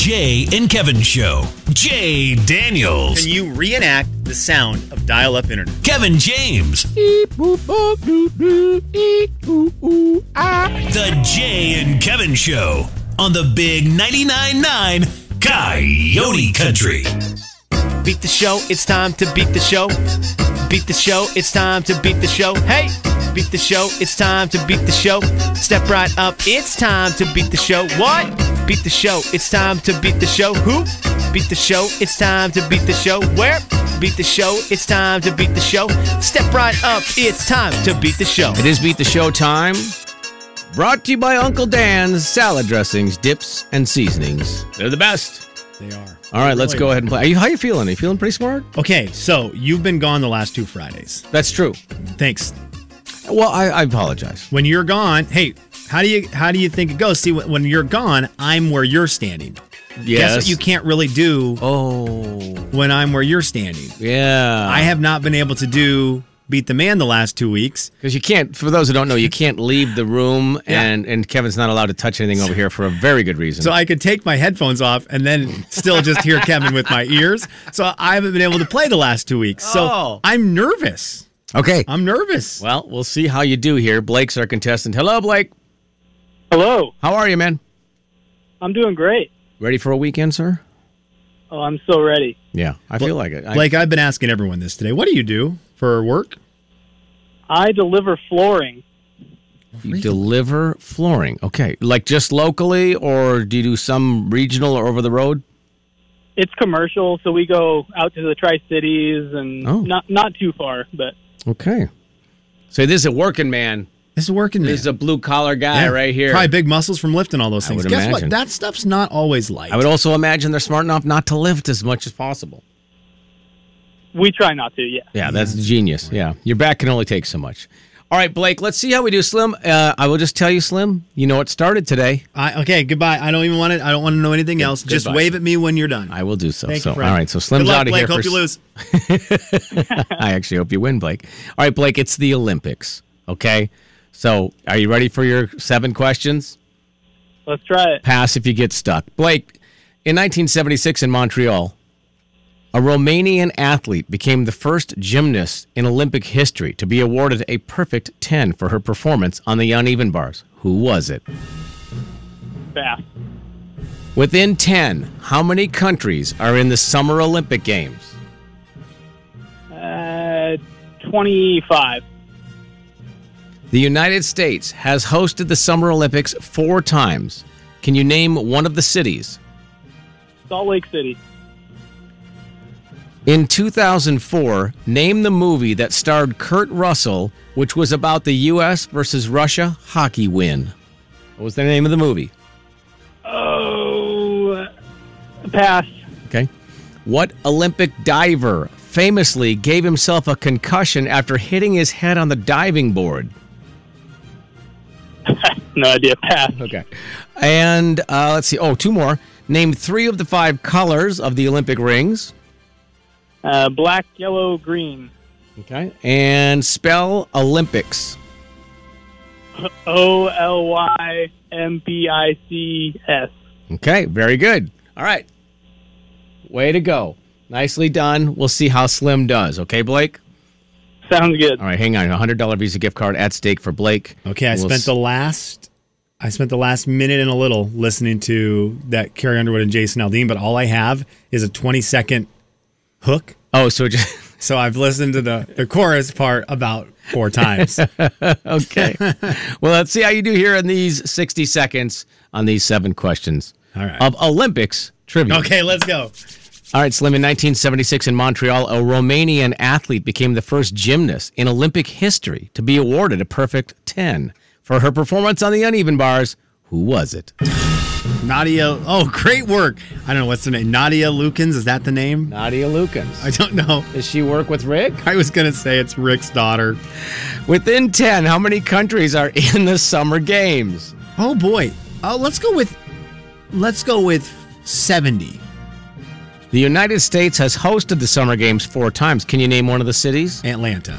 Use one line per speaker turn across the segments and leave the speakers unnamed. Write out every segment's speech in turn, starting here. Jay and Kevin Show. Jay Daniels.
Can you reenact the sound of dial up internet?
Kevin James. The Jay and Kevin Show on the Big 99.9 9 Coyote Country.
Beat the show, it's time to beat the show. Beat the show, it's time to beat the show. Hey! Beat the show, it's time to beat the show. Step right up, it's time to beat the show. What? Beat the show, it's time to beat the show. Who? Beat the show, it's time to beat the show. Where? Beat the show, it's time to beat the show. Step right up, it's time to beat the show.
It is Beat the Show time. Brought to you by Uncle Dan's salad dressings, dips, and seasonings. They're the best.
They are.
All right, let's go ahead and play. Are you how you feeling? Are you feeling pretty smart?
Okay, so you've been gone the last two Fridays.
That's true.
Thanks.
Well, I, I apologize.
When you're gone, hey, how do you how do you think it goes? See, when when you're gone, I'm where you're standing. Guess what you can't really do
oh,
when I'm where you're standing.
yeah.
I have not been able to do beat the man the last two weeks.
because you can't. For those who don't know, you can't leave the room,
Yeah.
and and Kevin's not allowed to touch anything over here for a very good reason.
So I could take my headphones off and then still just hear Kevin with my ears. So I haven't been able to play the last two weeks. So
Oh.
I'm nervous.
okay.
I'm nervous.
Well, we'll see how you do here. Blake's our contestant. Hello, Blake.
Hello,
How are you, man?
I'm doing great.
Ready for a weekend, sir?
Oh, I'm so ready.
Yeah, I feel like it. I-
Blake, I've been asking everyone this today. What do you do for work?
I deliver flooring.
You deliver flooring. Okay. Like just locally, or do you do some regional or over the road?
It's commercial, so we go out to the Tri Cities and
Oh.
not not too far, but
Okay. So this is a working man.
This is working.
This is a blue collar guy
Yeah.
right here.
Probably big muscles from lifting all those things.
would
Guess
imagine.
what? That stuff's not always light.
I would also imagine they're smart enough not to lift as much as possible.
we try not to. Yeah.
Yeah, that's genius. Yeah. Your back can only take so much. All right, Blake, let's see how we do, Slim. Uh, I will just tell you, Slim, you know it started today.
I, okay, goodbye. I don't even want it. I don't want to know anything else. Just
goodbye.
wave at me when you're done.
I will do so.
Thank
so
you, friend.
all right, so Slim's
Good luck,
out of
Blake.
here. for
Hope you
s-
lose.
I actually hope you win, Blake. All right, Blake, it's the Olympics. Okay. So are you ready for your seven questions?
Let's try it.
pass if you get stuck. Blake, in 1976 in Montreal, a Romanian athlete became the first gymnast in Olympic history to be awarded a perfect 10 for her performance on the uneven bars. Who was it?
Fast.
Within 10, how many countries are in the Summer Olympic Games?
Uh, 25.
The United States has hosted the Summer Olympics four times. Can you name one of the cities?
Salt Lake City.
In 2004, name the movie that starred Kurt Russell, which was about the U.S. versus Russia hockey win. What was the name of the movie?
Oh, pass.
Okay. What Olympic diver famously gave himself a concussion after hitting his head on the diving board?
No idea. Pass.
Okay. And uh, let's see. Oh, two more. Name three of the five colors of the Olympic rings.
Uh, black, yellow, green.
Okay. And spell Olympics.
O L Y M B I C S.
Okay, very good. All right. Way to go. Nicely done. We'll see how Slim does. Okay, Blake?
Sounds good.
All right, hang on. A $100 Visa gift card at stake for Blake.
Okay, I
We'll
spent the
s-
last I spent the last minute and a little listening to that Carrie Underwood and Jason Aldean, but all I have is a 20 second hook.
Oh, so just.
So I've listened to the, the chorus part about four times.
Okay. well, let's see how you do here in these 60 seconds on these seven questions
All right.
of Olympics trivia.
okay, let's go.
All right, Slim. In 1976 in Montreal, a Romanian athlete became the first gymnast in Olympic history to be awarded a perfect 10 for her performance on the uneven bars. Who was it?
Nadia. Oh, great work. I don't know what's the name. Nadia Lukens. Is that the name?
Nadia Lukens.
I don't know.
Does she work with Rick?
I was going to say it's Rick's daughter.
Within 10, how many countries are in the Summer Games?
Oh, boy. Oh, let's go with, let's go with 70.
The United States has hosted the Summer Games four times. Can you name one of the cities?
Atlanta.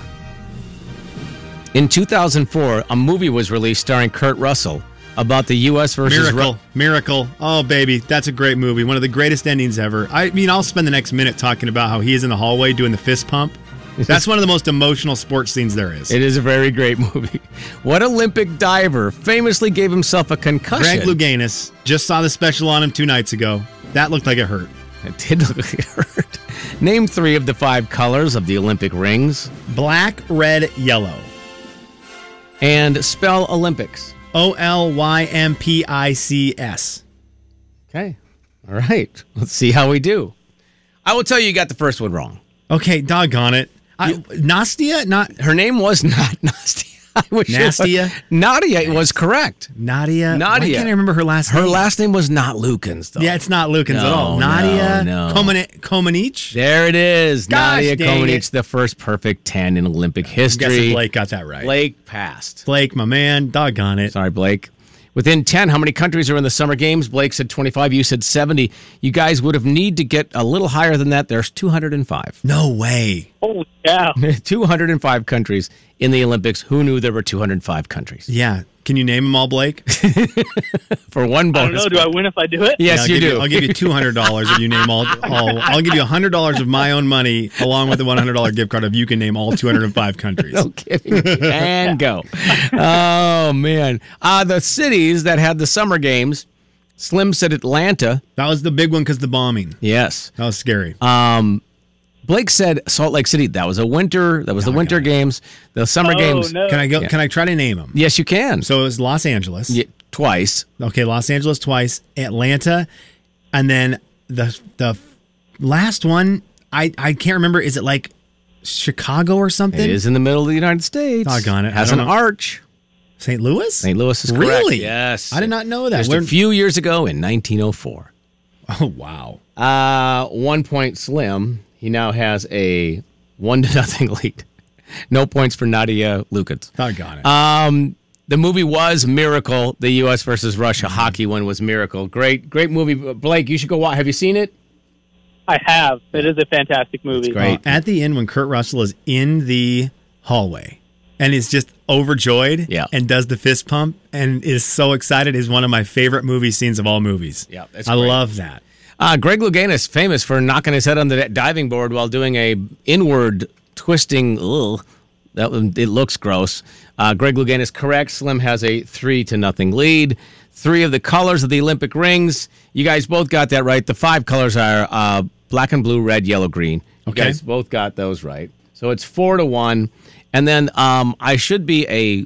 In 2004, a movie was released starring Kurt Russell, about the U.S. versus Ru-
Miracle. Miracle. Oh, baby. That's a great movie. One of the greatest endings ever. I mean, I'll spend the next minute talking about how he is in the hallway doing the fist pump. That's one of the most emotional sports scenes there is.
It is a very great movie. What Olympic diver famously gave himself a concussion?
Greg Louganis just saw the special on him two nights ago. That looked like it hurt.
It did look like it hurt. Name three of the five colors of the Olympic rings
Black, red, yellow.
and spell Olympics.
O L Y M P I C S.
Okay. All right. Let's see how we do. I will tell you, you got the first one wrong.
Okay, doggone it. I, Nastia? Not
Her name was not Nastia. I wish it was-
Nastia?
Nadia was correct.
Nadia.
Nadia.
Why can't I remember her last
Her
name?
last name was not Lukens, though.
Yeah, it's not Lukens at
No,
all.
no,
Nadia
no.
Komani- Komanich.
There it is.
Gosh,
Nadia
dang
Comaneci,
it.
the first perfect 10 in Olympic
I'm guessing
history.
Blake got that right.
Blake passed.
Blake, my man. Doggone it.
Sorry, Blake. Within 10, how many countries are in the Summer Games? Blake said 25. You said 70. You guys would have need to get a little higher than that. There's 205.
No way.
Holy cow.
205 countries in the Olympics. Who knew there were 205 countries?
Yeah. Can you name them all, Blake?
For one
I don't
bonus.
know. Oh, Do I win if I do it?
Yes,
I'll
you
give
do.
I'll give you two hundred dollars if you name all, all. I'll give you hundred dollars of my own money along with the one hundred dollar gift card if you can name all two hundred and five countries.
No kidding. and go. Oh, man. Uh, the cities that had the Summer Games, Slim said Atlanta.
That was the big one because the bombing.
Yes.
That was scary.
Uh, Blake said Salt Lake City. That was a winter. That was the Winter Games. The Summer
Oh,
Games.
no.
can I go? Can I try to name them?
Yes, you can. So
So it was Los Angeles.
twice.
Okay, Los Angeles twice, Atlanta, and then the the last one. I I can't remember. Is it like Chicago or something?
It is in the middle of the United States.
Doggone it. I
Has an
don't know.
arch.
St. Louis.
St. Louis is correct.
Really?
Yes.
I did not know that.
Just
Where-
a few years ago in 1904.
oh wow.
Uh, one point slim. He now has a one to nothing lead. No points for Nadia Lukic.
Doggone it.
Uh, The movie was Miracle. The U.S. versus Russia hockey one was Miracle. Great, great movie. Blake, you should go watch. Have you seen it?
I have. It is a fantastic movie.
great. right.
Uh, at the end, when Kurt Russell is in the hallway and is just overjoyed
Yeah.
and does the fist pump and is so excited is one of my favorite movie scenes of all movies.
Yeah, that's
I
great.
love that.
Uh, Greg Louganis, famous for knocking his head on the diving board while doing a inward twisting. Ugh, that one- it looks gross. Uh, Greg Louganis, correct. Slim has a three to nothing lead. Three of the colors of the Olympic rings. You guys both got that right. The five colors are uh, black and blue, red, yellow, green. You
Okay.
guys both got those right. So it's four to one. And then um, I should be a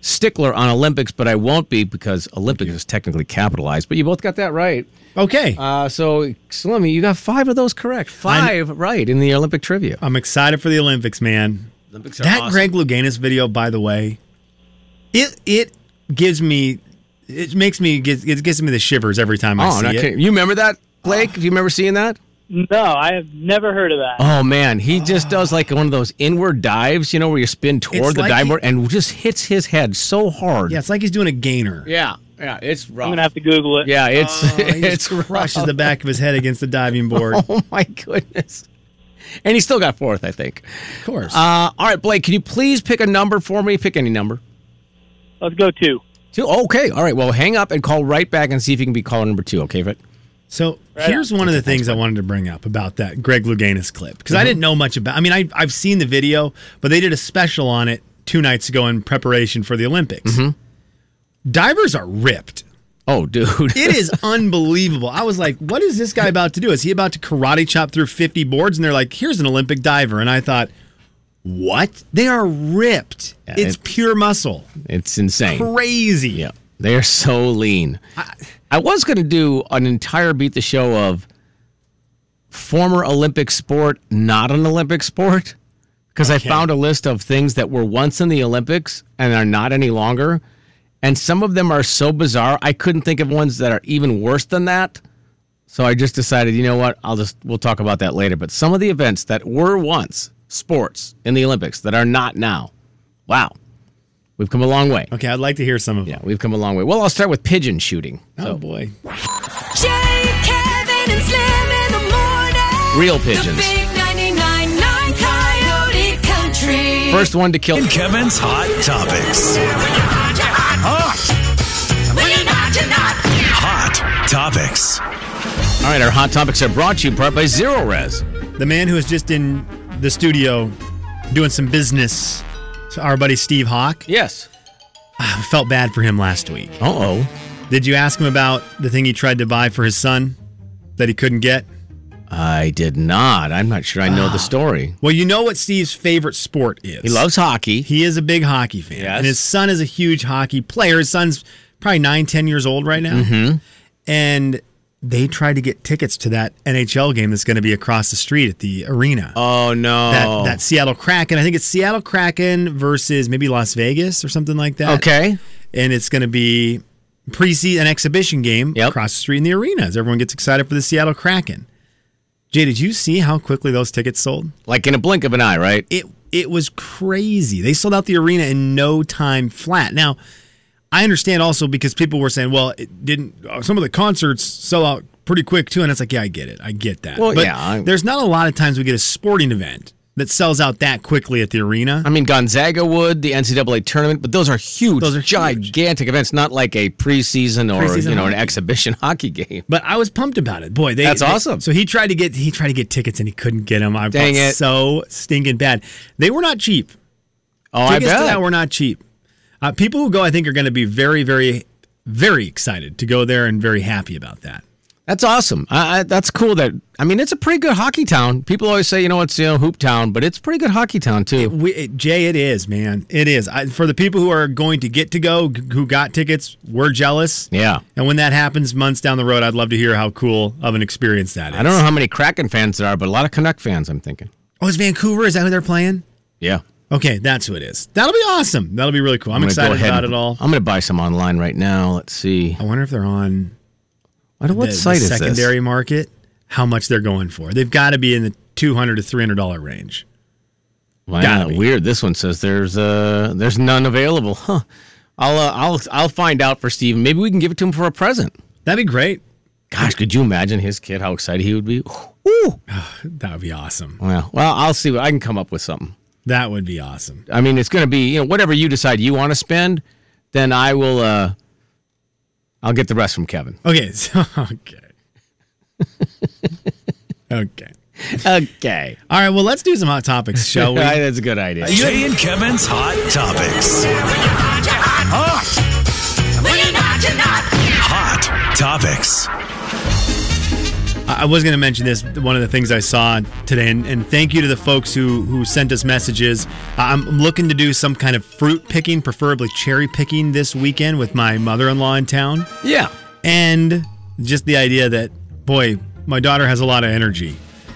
stickler on Olympics, but I won't be because Olympics is technically capitalized. But you both got that right.
Okay.
Uh, so, Slimmy, you got five of those correct. 5 right in the Olympic trivia.
I'm excited for the Olympics, man.
Olympics
That Greg Louganis video, by the way, it it gives me it makes me gives, it gives me the shivers every time I
Oh,
see
not
it.
kidding. You remember that, Blake? Do you remember seeing that?
No, I have never heard of that.
Oh man, he just does like one of those inward dives, you know, where you spin toward
It's
the
like
dive
he-
board and just hits his head so hard.
Yeah, it's like he's doing a gainer.
yeah, yeah, it's rough.
I'm gonna have to Google it.
Oh. yeah, it's
Oh, He
it's
just crushes the back of his head against the diving board.
Oh my goodness. And he still got fourth, I think.
Of course.
Uh, all right, Blake, can you please pick a number for me? Pick any number.
Let's go two.
Two. Okay. All right. Well, hang up and call right back and see if you can be caller number two. Okay, but
So
Right
here's one of the things I wanted to bring up about that Greg Louganis clip because I didn't know much about. I mean, I, I've seen the video, but they did a special on it two nights ago in preparation for the Olympics. Divers are ripped.
oh, dude.
It is unbelievable. I was like, what is this guy about to do? Is he about to karate chop through 50 boards? And they're like, here's an Olympic diver. And I thought, what? They are ripped.
Yeah,
it's
it-
pure muscle.
It's insane.
Crazy.
Yeah. They're so lean. I, was going to do an entire beat the show of former Olympic sport, not an Olympic sport, because I found a list of things that were once in the Olympics and are not any longer. And some of them are so bizarre, I couldn't think of ones that are even worse than that. So I just decided, you know what? I'll just, we'll talk about that later. But some of the events that were once sports in the Olympics that are not now. Wow. We've come a long way.
Okay, I'd like to hear some of
Yeah,
them.
we've come a long way. Well, I'll start with pigeon shooting.
Oh, boy.
Jay, Kevin, and Slim in the morning.
Real pigeons.
The big 99.9 Coyote Country.
First one to kill.
Kevin's Hot Topics. Hot topics.
All right, our hot topics are brought to you in part by Zero Res.
The man who is just in the studio doing some business, our buddy Steve Hawk,
Yes.
I felt bad for him last week.
Uh oh.
Did you ask him about the thing he tried to buy for his son that he couldn't get?
I did not. I'm not sure I know the story.
Well, you know what Steve's favorite sport is.
Ah. He loves hockey.
He is a big hockey fan.
Yes.
And his son is a huge hockey player. His son's probably nine, ten years old right now.
Mm-hmm.
And they tried to get tickets to that NHL game that's going to be across the street at the arena.
Oh no.
That, that Seattle Kraken. I think it's Seattle Kraken versus maybe Las Vegas or something like that.
okay.
And it's going to be preseason an exhibition game
Yep.
across the street in the arena as everyone gets excited for the Seattle Kraken. Jay, did you see how quickly those tickets sold?
Like in a blink of an eye, right?
it it was crazy. They sold out the arena in no time flat. Now, I understand also because people were saying, "Well, it didn't." uh, Some of the concerts sell out pretty quick too, and it's like, "Yeah, I get it. I get that."
Well,
but
yeah, I-
there's not a lot of times we get a sporting event that sells out that quickly at the arena.
I mean, Gonzaga would the NCAA tournament, but those are huge,
Those are huge.
gigantic events. Not like a preseason or
Preseason
you know an
hockey.
exhibition hockey game.
But I was pumped about it. Boy, they,
That's
they-
awesome.
So he tried to get he tried to get tickets and he couldn't get them. I
Dang
felt
it.
so stinking bad. They were not cheap.
Oh, I
tickets to
bet.
that were not cheap. Uh, people who go, I think, are going to be very, very, very excited to go there and very happy about that.
That's awesome. I, I, that's cool. That I mean, it's a pretty good hockey town. People always say, you know, it's you know hoop town, but it's a pretty good hockey town too.
We, it, Jay, it is, man. It is. I, for the people who are going to get to go, g- who got tickets, we're jealous.
yeah,
And when that happens months down the road, I'd love to hear how cool of an experience that is.
I don't know how many Kraken fans there are, but a lot of Canuck fans. I'm thinking.
Oh, is Vancouver? Is that who they're playing?
Yeah,
Okay, that's who it is. That'll be awesome. That'll be really cool. I'm,
gonna go
excited
ahead
about
and-
it all.
I'm going to buy some online right now. Let's see.
I wonder if they're on
What, what
the, the
site is
secondary market. How much they're going for? They've got to be in the two hundred to three hundred dollar range.
this? Wow,
Gotta be.
weird. This one says there's uh there's none available. Huh. I'll uh, I'll I'll find out for Steven. Maybe we can give it to him for a present.
That'd be great.
Gosh, could you imagine his kid how excited he would be? Ooh.
That would be awesome.
Well, well, I'll see. what I can come up with something.
That would be awesome.
I mean, it's going to be you know whatever you decide you want to spend, then I will. uh I'll get the rest from Kevin.
Okay. So, okay. okay.
Okay,
All right. Well, let's do some hot topics, shall we?
that's a good idea.
Jay and Kevin's Hot Topics. Hot Topics.
I I was going to mention this. One of the things I saw today, and, and thank you to the folks who who sent us messages. I- I'm looking to do some kind of fruit picking, preferably cherry picking, this weekend with my mother-in-law in town,
Yeah,
and just the idea that boy, my daughter has a lot of energy,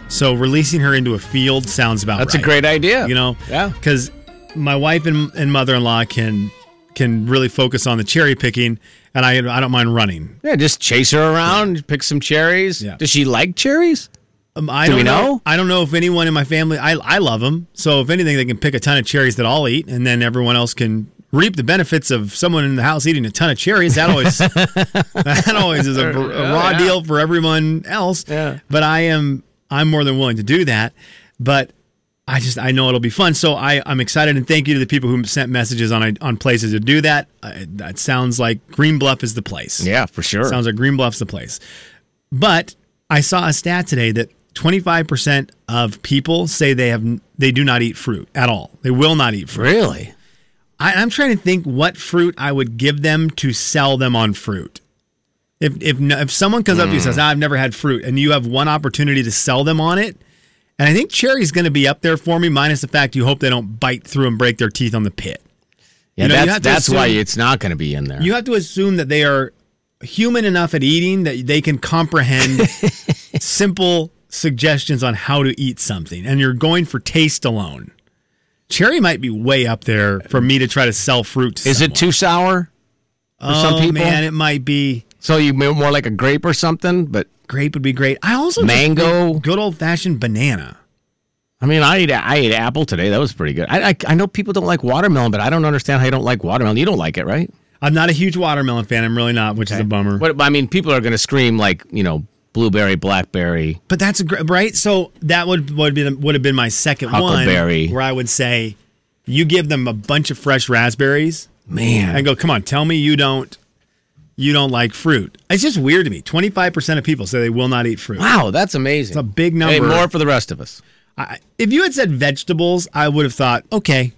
so releasing her into a field sounds about
that's a
right.
great idea.
you know
Yeah.
because my wife and, and mother-in-law can can really focus on the cherry picking and i i don't mind running
Yeah, just chase her around, pick some cherries.
Yeah.
Does she like cherries?
um, i
Do
don't
we know?
i don't know if anyone in my family i i love them so if anything they can pick a ton of cherries that i'll eat and then everyone else can reap the benefits of someone in the house eating a ton of cherries that always that always is a, br- a raw
Oh, yeah.
deal for everyone else
Yeah.
but i am i'm more than willing to do that but I just I know it'll be fun, so I I'm excited and thank you to the people who sent messages on on places to do that. Uh, that sounds like Green Bluff is the place.
Yeah, for sure.
sounds like Green Bluff's the place. But I saw a stat today that 25 percent of people say they have they do not eat fruit at all. They will not eat fruit.
really?
I, I'm trying to think what fruit I would give them to sell them on fruit. If if no- if someone comes up to you and
Hmm.
says, "I've never had fruit," and you have one opportunity to sell them on it, and I think cherry's going to be up there for me, minus the fact you hope they don't bite through and break their teeth on the pit.
Yeah,
You know, you
that's
have to
that's why
assume-
it's not going to be in there.
You have to assume that they are human enough at eating that they can comprehend simple suggestions on how to eat something, and you're going for taste alone. Cherry might be way up there for me to try to sell fruit. To
Is
someone.
it too sour for some
oh,
people?
man, it might be.
So you may- more like a grape or something, but
Grape would be great. I also just-
Mango.
good old fashioned banana.
I mean, I ate I ate apple today. That was pretty good. I, I I know people don't like watermelon, but I don't understand how you don't like watermelon. You don't like it, right?
I'm not a huge watermelon fan. I'm really not, which is a bummer.
What I mean, people are going to scream like you know blueberry, blackberry.
But that's a great right. So that would would have been would have been my second one,
Huckleberry.
where I would say, you give them a bunch of fresh raspberries
Man,
and go, come on, tell me you don't you don't like fruit. It's just weird to me. 25% of people say they will not eat fruit.
Wow, that's amazing. It's
a big
Hey,
number.
more for the rest of us.
I, if you had said vegetables, I would have thought, okay,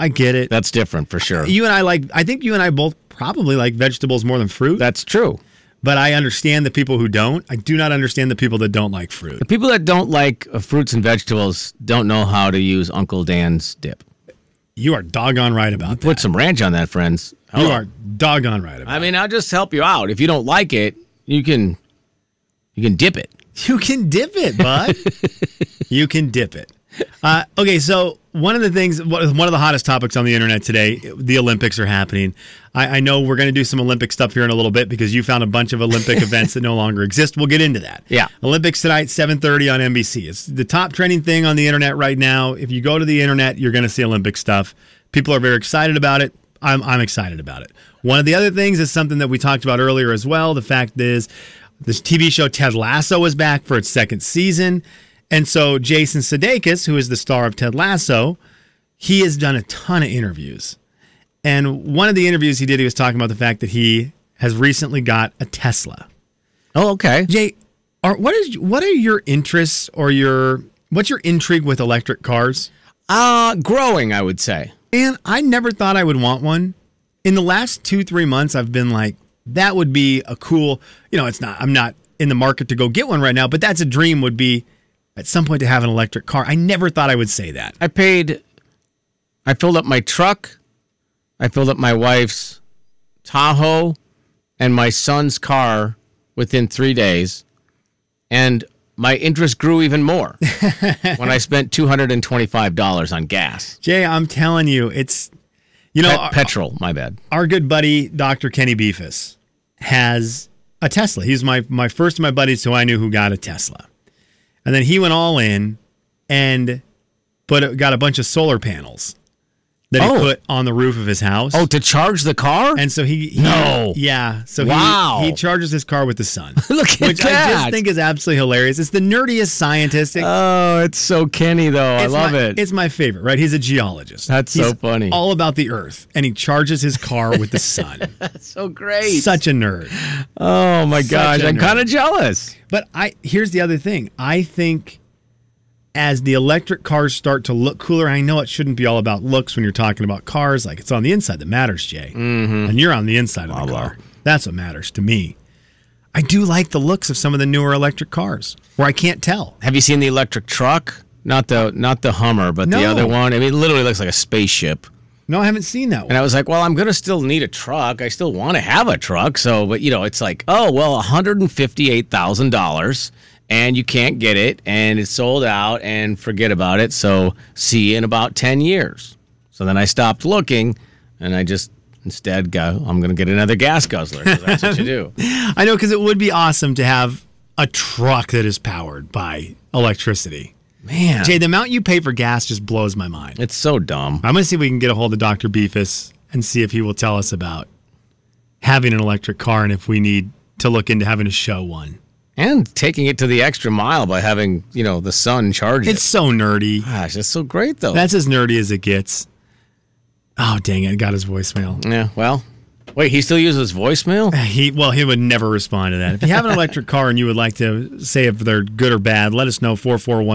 I get it.
That's different for sure.
you and I like, I think you and I both probably like vegetables more than fruit,
that's true.
but I understand the people who don't. I do not understand the people that don't like fruit.
People that don't like uh, fruits and vegetables don't know how to use Uncle Dan's dip.
You are doggone right about that.
Put some ranch on that, friends.
You
Hello.
are doggone right about
I mean, I'll just help you out. If you don't like it, you can you can dip it.
You can dip it, bud. you can dip it. Uh, okay, so one of the things, one of the hottest topics on the internet today, the Olympics are happening. I, I know we're going to do some Olympic stuff here in a little bit because you found a bunch of Olympic events that no longer exist. We'll get into that.
Yeah.
Olympics tonight, seven thirty on NBC. It's the top trending thing on the internet right now. If you go to the internet, you're going to see Olympic stuff. People are very excited about it. I'm I'm excited about it. One of the other things is something that we talked about earlier as well. The fact is, this TV show Ted Lasso is back for its second season, and so Jason Sudeikis, who is the star of Ted Lasso, he has done a ton of interviews. And one of the interviews he did, he was talking about the fact that he has recently got a Tesla.
Oh, okay.
Jay, are what is what are your interests or your what's your intrigue with electric cars?
Uh growing, I would say.
And I never thought I would want one. In the last two three months, I've been like, that would be a cool. You know, it's not. I'm not in the market to go get one right now, but that's a dream. Would be at some point to have an electric car. I never thought I would say that.
I paid I filled up my truck. I filled up my wife's Tahoe and my son's car within 3 days and my interest grew even more when I spent $225 on gas.
Jay, I'm telling you, it's. You know,
Pe-
our-
petrol, my bad.
our good buddy Dr. Kenny Beefus has a Tesla. He's my my first of my buddies who I knew who got a Tesla, and then he went all in and put got a bunch of solar panels that he
Oh.
put on the roof of his house.
Oh, to charge the car?
And so he, he-
No.
yeah. So he-
Wow.
he, charges his car with the sun,
Look at
which I
that.
just think is absolutely hilarious. It's the nerdiest scientist. It-
Oh, it's so Kenny though. I
it's
love
my-
it.
It's my favorite, right? He's a geologist.
That's
He's
so funny.
All about the Earth, and he charges his car with the sun.
It's so great.
Such a nerd.
oh my
such
gosh,
a
I'm
nerd.
kind of jealous.
But I here's the other thing. I think as the electric cars start to look cooler, I know it shouldn't be all about looks when you're talking about cars. Like it's on the inside that matters, Jay.
Mm-hmm.
And you're on the inside of the
blah.
car. That's what matters to me. I do like the looks of some of the newer electric cars where I can't tell.
Have you seen the electric truck? Not the not the Hummer, but the
No.
other one. I mean, it literally looks like a spaceship.
No, I haven't seen that one.
And I was like, well, I'm gonna still need a truck. I still want to have a truck. So, but you know, it's like, oh well, one hundred and fifty-eight thousand dollars, and you can't get it, and it's sold out, and forget about it. So, see you in about ten years. So then I stopped looking, and I just instead go, I'm gonna get another gas guzzler. 'cause That's what you do.
I know because it would be awesome to have a truck that is powered by electricity.
Man,
Jay, the amount you pay for gas just blows my mind.
it's so dumb.
I'm going to see if we can get a hold of Dr. Beefus and see if he will tell us about having an electric car and if we need to look into having to show one.
And taking it to the extra mile by having, you know, the sun charge
It's
it.
so nerdy.
Gosh, that's so great though.
That's as nerdy as it gets. Oh, dang it. I got his voicemail.
yeah, well. Wait, he still uses voicemail?
He well, he would never respond to that. If you have an electric car and you would like to say if they're good or bad, let us know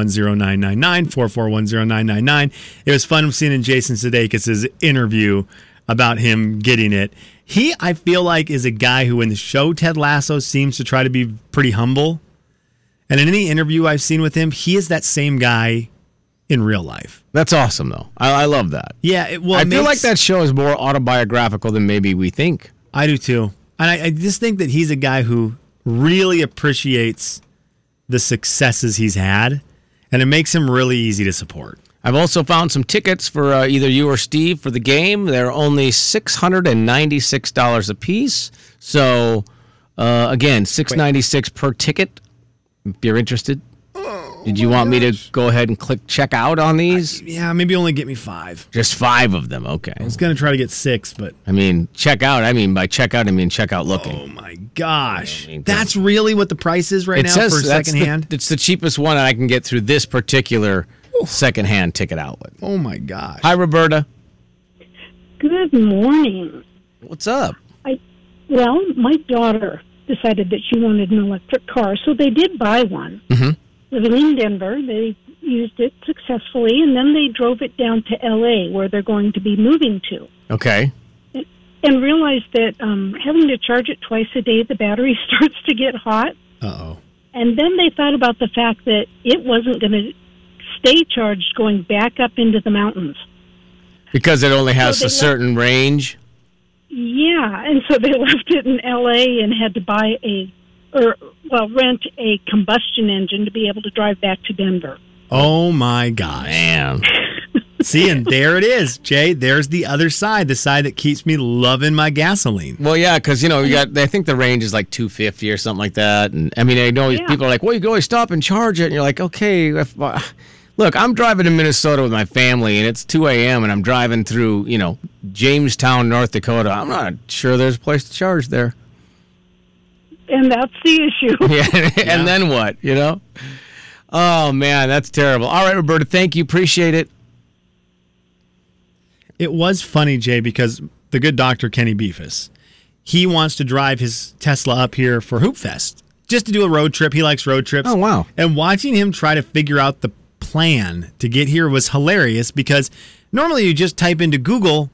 4410999 4410999. It was fun seeing in Jason Sudeikis' interview about him getting it. He, I feel like, is a guy who in the show Ted Lasso seems to try to be pretty humble. And in any interview I've seen with him, he is that same guy in real life.
That's awesome though. I, I love that.
Yeah, it, well,
I
it
feel like
makes-
that show is more autobiographical than maybe we think.
I do too. And I, I just think that he's a guy who really appreciates the successes he's had, and it makes him really easy to support.
I've also found some tickets for uh, either you or Steve for the game. They're only six hundred and ninety-six dollars a piece. So, uh, again, six ninety-six per ticket. If you're interested, did you want me to go ahead and click check out on these?
Yeah, maybe only get me five.
Just five of them. Okay.
I was gonna try to get six, but
I mean, check out. I mean, by check out, I mean check out looking.
oh my gosh,
I mean,
that's really what the price is right
it
now
says
for
that's the-
secondhand.
it's the cheapest one I can get through this particular secondhand ticket outlet.
oh my gosh,
Hi, Roberta.
Good morning.
What's up?
I Well, my daughter decided that she wanted an electric car, so they did buy one. Living in Denver, they used it successfully, and then they drove it down to L.A., where they're going to be moving to,
Okay.
and realized that um, having to charge it twice a day, the battery starts to get hot.
Uh oh.
And then they thought about the fact that it wasn't going to stay charged going back up into the mountains.
Because it only has
they
a
left-
certain range.
Yeah, and so they left it in L.A. and had to buy a, or well, rent a combustion engine to be able to drive back to Denver.
Oh my gosh.
Damn.
See, and there it is, Jay. There's the other side, the side that keeps me loving my gasoline.
Well, yeah, because you know, you got. I think the range is like 250 or something like that. And I mean, I know
Yeah.
people are like, "Well, you can always stop and charge it." And you're like, "Okay, if, uh, look, I'm driving to Minnesota with my family, and it's 2 a.m. and I'm driving through, you know, Jamestown, North Dakota. I'm not sure there's a place to charge there.
And that's the issue.
Yeah, and then what? You know? Oh man, that's terrible. All right, Roberta, thank you, appreciate it.
It was funny, Jay, because the good doctor, Kenny Beefus, he wants to drive his Tesla up here for Hoop Fest just to do a road trip. He likes road trips.
Oh, wow.
And watching him try to figure out the plan to get here was hilarious because normally you just type into Google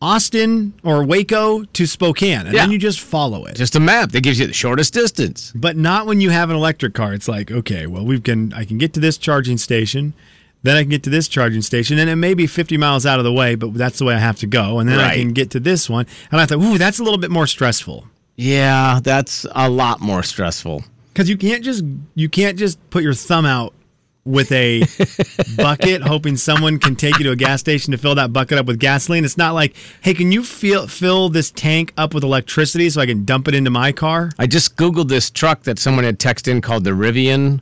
Austin or Waco to Spokane and
Yeah.
then you just follow it.
Just a map that gives you the shortest distance.
but not when you have an electric car. It's like, okay, well, we can I can get to this charging station, then I can get to this charging station, and it may be 50 miles out of the way, but that's the way I have to go, and then I
Right.
can get to this one. And I thought, ooh, that's a little bit more stressful
Yeah, that's a lot more stressful.
because you can't just you can't just put your thumb out with a bucket hoping someone can take you to a gas station to fill that bucket up with gasoline. It's not like, hey, can you fill fill this tank up with electricity so I can dump it into my car?
I just googled this truck that someone had texted in called the Rivian.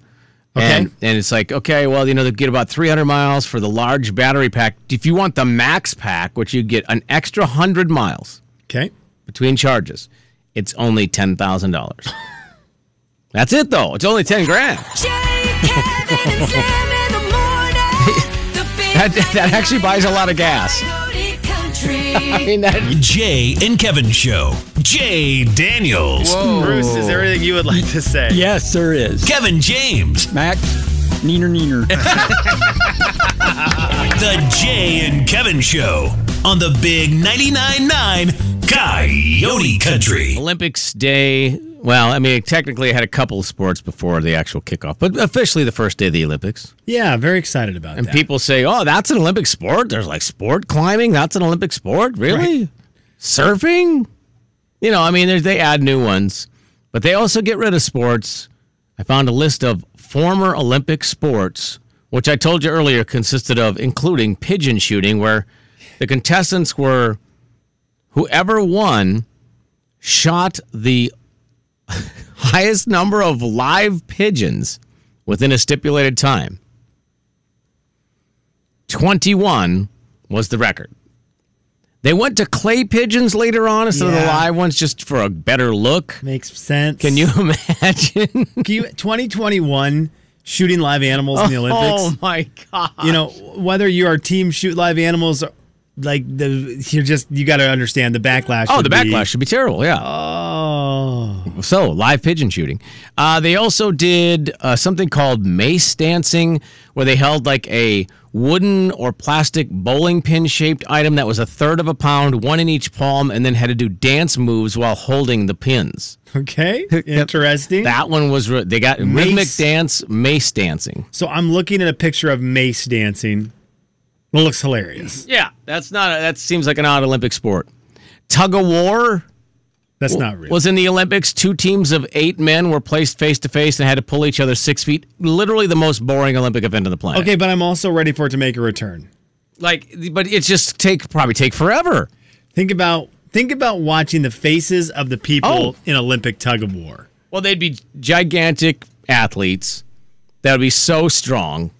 And,
Okay.
and it's like, okay, well, you know, they get about 300 miles for the large battery pack. If you want the max pack, which you get an extra 100 miles
Okay.
between charges, it's only $10,000. That's it, though. It's only 10 grand.
Jay, Kevin, and Slim in the morning. The big
That, that actually buys a lot of gas.
Coyote Country.
I mean, that,
Jay and Kevin Show. Jay Daniels.
Bruce, is there anything you would like to say?
Yes, there is.
Kevin James.
Max, neener, neener.
The Jay and Kevin Show on the Big 99.9 Coyote Country.
Olympics Day. Well, I mean, technically, I had a couple of sports before the actual kickoff, but officially the first day of the Olympics.
Yeah, very excited about
And
that.
people say, "Oh, that's an Olympic sport." There's like sport climbing. That's an Olympic sport, really? Surfing? You know, I mean, there's, they add new ones, but they also get rid of sports. I found a list of former Olympic sports, which I told you earlier consisted of including pigeon shooting, where the contestants were whoever won shot the highest number of live pigeons within a stipulated time. 21 was the record. They went to clay pigeons later on instead of the
Yeah.
live ones just for a better look.
Makes sense.
Can you imagine?
Can you 2021 shooting live animals in the
Oh
Olympics?
my God.
You know, whether you are team shoot live animals, like the you're just you got to understand the backlash.
Oh,
would
the
be-
backlash should be terrible. Yeah.
Oh,
So, live pigeon shooting. Uh, they also did uh, something called mace dancing, where they held like a wooden or plastic bowling pin shaped item that was a third of a pound, one in each palm, and then had to do dance moves while holding the pins.
okay, interesting.
That one was re- they got
Mace.
rhythmic dance, mace dancing.
so I'm looking at a picture of mace dancing. It looks hilarious.
Yeah, that's not a, that seems like an odd Olympic sport. Tug of war
That's not real.
was in the Olympics. Two teams of eight men were placed face to face and had to pull each other six feet. Literally the most boring Olympic event on the planet.
okay, but I'm also ready for it to make a return.
like, but it's just take probably take forever.
Think about think about watching the faces of the people
Oh.
in Olympic tug of war.
Well, they'd be gigantic athletes that would be so strong.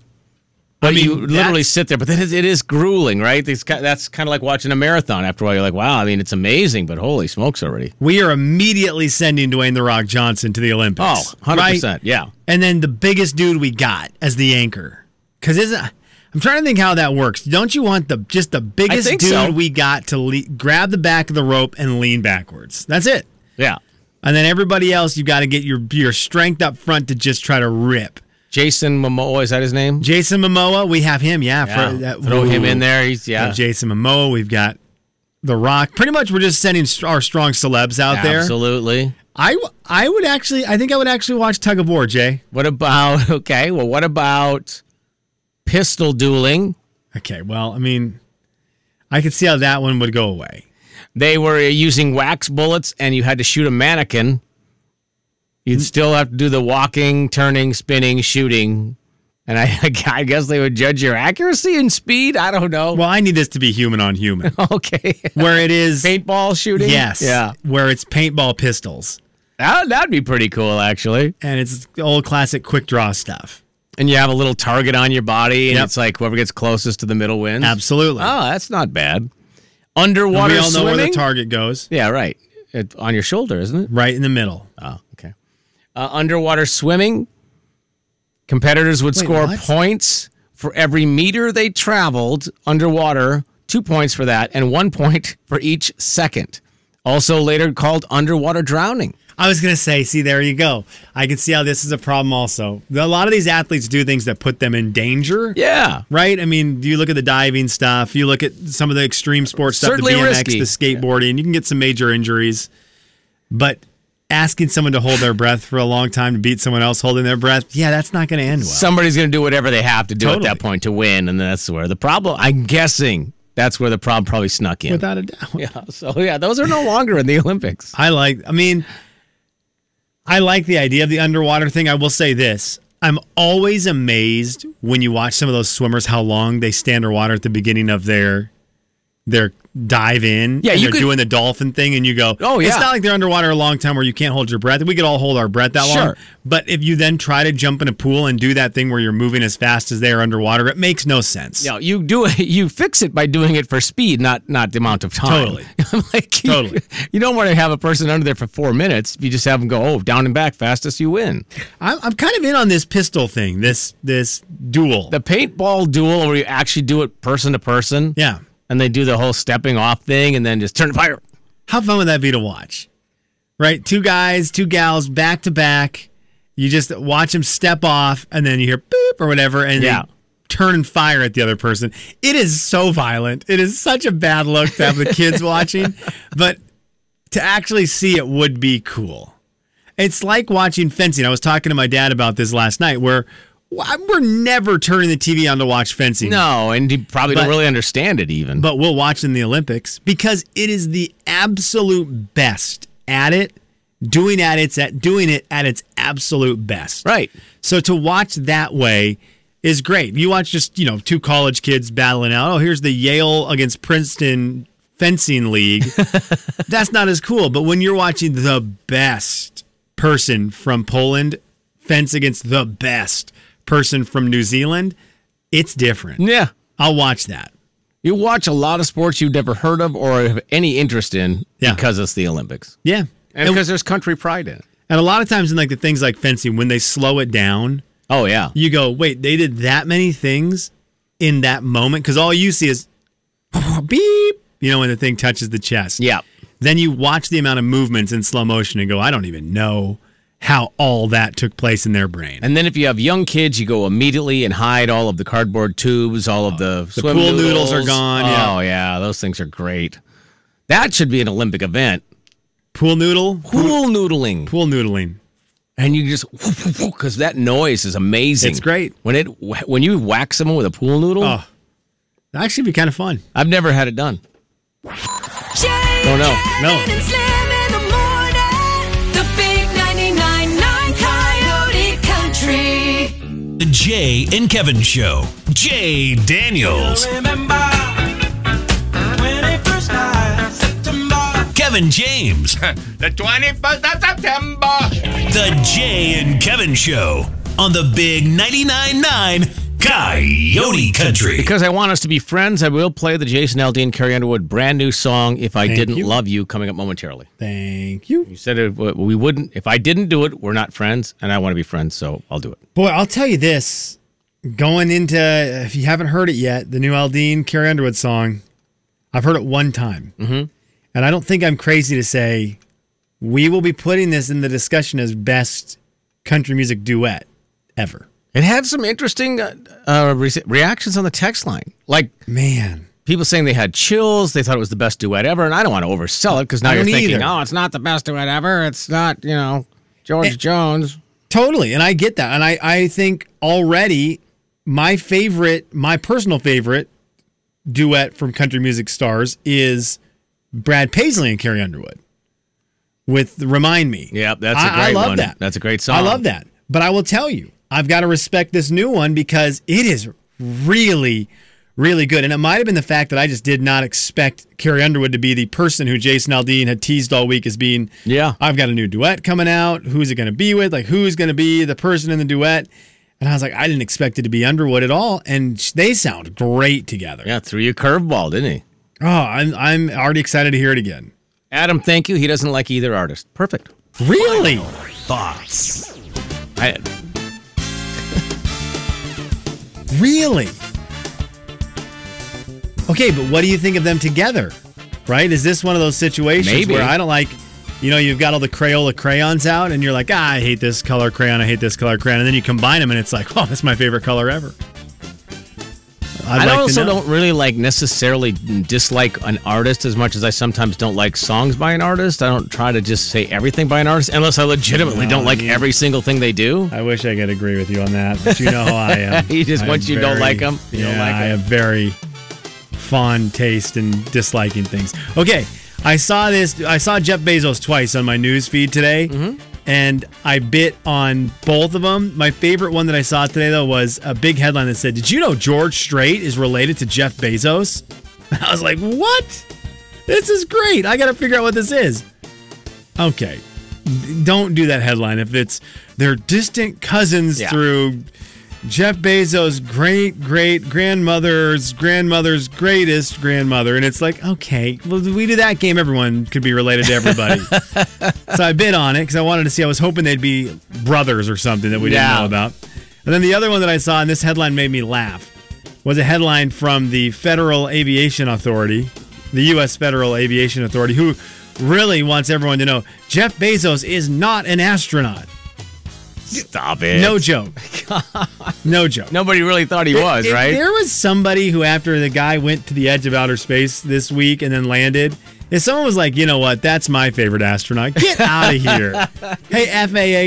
But
mean,
you literally
that's-
sit there. But that is, it is grueling, right? It's, ki- that's kind of like watching a marathon. After a while, you're like, wow. I mean, it's amazing, but holy smokes already.
We are immediately sending Dwayne The Rock Johnson to the Olympics.
Oh, 100 percent.
right?
Yeah.
And then the biggest dude we got as the anchor. Because isn't, I I'm trying to think how that works. Don't you want the just the biggest
think
dude
so.
we got to le- grab the back of the rope and lean backwards? That's it.
Yeah.
And then everybody else, you got to get your your strength up front to just try to rip.
Jason Momoa, is that his name?
Jason Momoa, we have him. Yeah, for-
Yeah.
that-
Throw him
Ooh.
in there. He's
We
yeah.
have Jason Momoa. We've got The Rock. Pretty much, we're just sending st- our strong celebs out there.
Absolutely.
I w- I would actually, I think I would actually watch tug of war, Jay.
What about okay? Well, what about pistol dueling?
Okay, well, I mean, I could see how that one would go away.
They were using wax bullets, and you had to shoot a mannequin. You'd
Mm.
still have to do the walking, turning, spinning, shooting, and I, I guess they would judge your accuracy and speed. I don't know.
Well, I need this to be human on human,
okay,
where it is
paintball shooting.
yes,
yeah,
where it's paintball pistols
that that'd be pretty cool actually.
and it's old classic quick draw stuff.
And you have a little target on your body, and
Yep.
it's like whoever gets closest to the middle wins.
Absolutely,
Oh, that's not bad.
And
Underwater
we all know
swimming.
where the target goes,
Yeah, right. It, on your shoulder, isn't it?
right in the middle.
Oh, okay. Uh, underwater swimming. Competitors would score
what?
points for every meter they traveled underwater, two points for that, and one point for each second. Also, later called underwater drowning.
I was gonna say, see, there you go. I can see how this is a problem. Also, a lot of these athletes do things that put them in danger.
Yeah.
Right? I mean, you look at the diving stuff, you look at some of the extreme sports stuff,
Certainly
the BMX,
risky.
the skateboarding, you can get some major injuries. But asking someone to hold their breath for a long time to beat someone else holding their breath, yeah, that's not going to end well.
Somebody's going to do whatever they have to do
Totally.
at that point to win. And that's where the problem, I'm guessing, that's where the problem probably snuck in.
Without a doubt.
yeah. So, yeah, those are no longer in the Olympics.
I like, I mean, I like the idea of the underwater thing. I will say this. I'm always amazed when you watch some of those swimmers how long they stand underwater at the beginning of their their dive in.
Yeah,
and
you
they're
could-
doing the dolphin thing, and you go,
Oh, yeah.
It's not like they're underwater a long time where you can't hold your breath. We could all hold our breath that long.
Sure.
But if you then try to jump in a pool and do that thing where you're moving as fast as they are underwater, it makes no sense.
No, you do it. You fix it by doing it for speed, not not the amount of time.
Totally.
I'm like you-
Totally.
You don't want to have a person under there for four minutes. You just have them go, oh, down and back, fastest you win.
I'm, I'm kind of in on this pistol thing, this this duel.
The paintball duel, where you actually do it person to person.
yeah.
And they do the whole stepping off thing, and then just turn fire.
how fun would that be to watch? Right? Two guys, two gals, back to back. You just watch them step off, and then you hear boop or whatever, and
Yeah.
they turn and fire at the other person. It is so violent. It is such a bad look to have the kids watching, but to actually see it would be cool. It's like watching fencing. I was talking to my dad about this last night, where we're never turning the TV on to watch fencing.
No, and you probably
But-
don't really understand it even.
But we'll watch in the Olympics because it is the absolute best at it, doing at its at doing it at its absolute best.
right.
So to watch that way is great. You watch just, you know, two college kids battling out. Oh, here's the Yale against Princeton fencing league. That's not as cool, but when you're watching the best person from Poland fence against the best person from New Zealand, it's different.
Yeah.
I'll watch that.
You watch a lot of sports you've never heard of or have any interest in
Yeah.
because it's the Olympics.
Yeah.
And because there's country pride in it.
And a lot of times in like the things like fencing, when they slow it down,
Oh, yeah.
you go, wait, they did that many things in that moment? Because all you see is beep, you know, when the thing touches the chest.
Yeah.
Then you watch the amount of movements in slow motion and go, I don't even know how all that took place in their brain.
And then if you have young kids, you go immediately and hide all of the cardboard tubes, all of the
Oh, The
swim
pool noodles are gone, yeah.
Oh yeah, those things are great. That should be an Olympic event.
pool noodle,
Pool noodling,
pool noodling.
and you just because that noise is amazing.
It's great.
when it when you whack someone with a pool noodle.
Oh. That'd actually be kind of fun.
I've never had it done.
Jay,
Oh, no.
No.
Kevin, and Slim in the morning. The big 99.9 Coyote Country.
The Jay and Kevin Show. Jay Daniels. Kevin James.
The 21st of September.
The Jay and Kevin Show on the Big 99.9 Coyote Country.
Because I want us to be friends, I will play the Jason Aldean Carrie Underwood brand new song "If I
Thank
Didn't
you.
Love You" coming up momentarily.
Thank you.
You said it, we wouldn't. If I didn't do it, we're not friends, and I want to be friends, so I'll do it.
Boy, I'll tell you this. going into, if you haven't heard it yet, the new Aldine Carrie Underwood song. I've heard it one time. Mm-hmm. And I don't think I'm crazy to say we will be putting this in the discussion as best country music duet ever.
It had some interesting uh, uh, re- reactions on the text line. Like
Man.
people saying they had chills, they thought it was the best duet ever, and I don't want to oversell it because now
I
you're
don't
thinking,
either.
oh, it's not the best duet ever. It's not, you know,
Eh.
George Jones.
Totally. And I get that. And I, I think already my favorite, my personal favorite duet from country music stars is Brad Paisley and Carrie Underwood with Remind Me.
Yep, that's a
I- I
great
love
one.
that.
That's a great
I
song.
love that. But I will tell you, I've got to respect this new one because it is really, really good. And it might have been the fact that I just did not expect Carrie Underwood to be the person who Jason Aldean had teased all week as being,
Yeah.
I've got a new duet coming out. Who's it going to be with? Like, who's going to be the person in the duet? And I was like, I didn't expect it to be Underwood at all. And sh- they sound great together.
Yeah, threw you a curveball, didn't he?
Oh, I'm, I'm already excited to hear it again.
Adam, thank you. He doesn't like either artist. Perfect.
Really?
Thoughts.
I,
Really? Okay, but what do you think of them together? Right? Is this one of those situations
Maybe.
where I don't like, you know, you've got all the Crayola crayons out and you're like, ah, I hate this color crayon, I hate this color crayon. And then you combine them and it's like, oh, that's my favorite color ever. I'd
I
like to
also
know.
don't really like necessarily dislike an artist as much as I sometimes don't like songs by an artist. I don't try to just say everything by an artist unless I legitimately don't like every single thing they do.
I wish I could agree with you on that, but you know how I am.
You just-
I
once
am
you don't like 'em, you
yeah,
don't like
I
'em.
have very fond taste in disliking things. Okay, I saw this. I saw Jeff Bezos twice on my news feed today,
Mm-hmm.
and I bit on both of them. My favorite one that I saw today though was a big headline that said, "Did you know George Strait is related to Jeff Bezos?" I was like, "What? This is great! I got to figure out what this is." Okay, don't do that headline if it's they're distant cousins
Yeah.
through Jeff Bezos' great great grandmother's grandmother's greatest grandmother. And it's like, okay, well, we do that game. Everyone could be related to everybody. so I bid on it because I wanted to see. I was hoping they'd be brothers or something that we
Yeah.
didn't know about. And then the other one that I saw, and this headline made me laugh, was a headline from the Federal Aviation Authority, the U.S. Federal Aviation Authority, who really wants everyone to know Jeff Bezos is not an astronaut.
Stop it.
No joke. No joke.
Nobody really thought he was,
If
right?
There was somebody who, after the guy went to the edge of outer space this week and then landed, if someone was like, you know what, that's my favorite astronaut, get out of here. hey,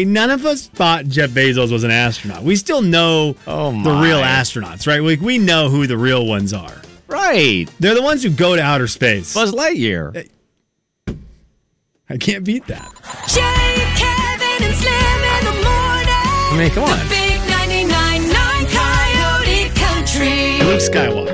FAA, none of us thought Jeff Bezos was an astronaut. We still know
Oh,
the real
my.
astronauts, right? Like, we know who the real ones are.
Right.
They're the ones who go to outer space.
Buzz Lightyear.
I can't beat that.
Jay, Kevin, and Slim in the morning.
I mean, come on.
Big 99.9 Coyote Country.
Luke Skywalker.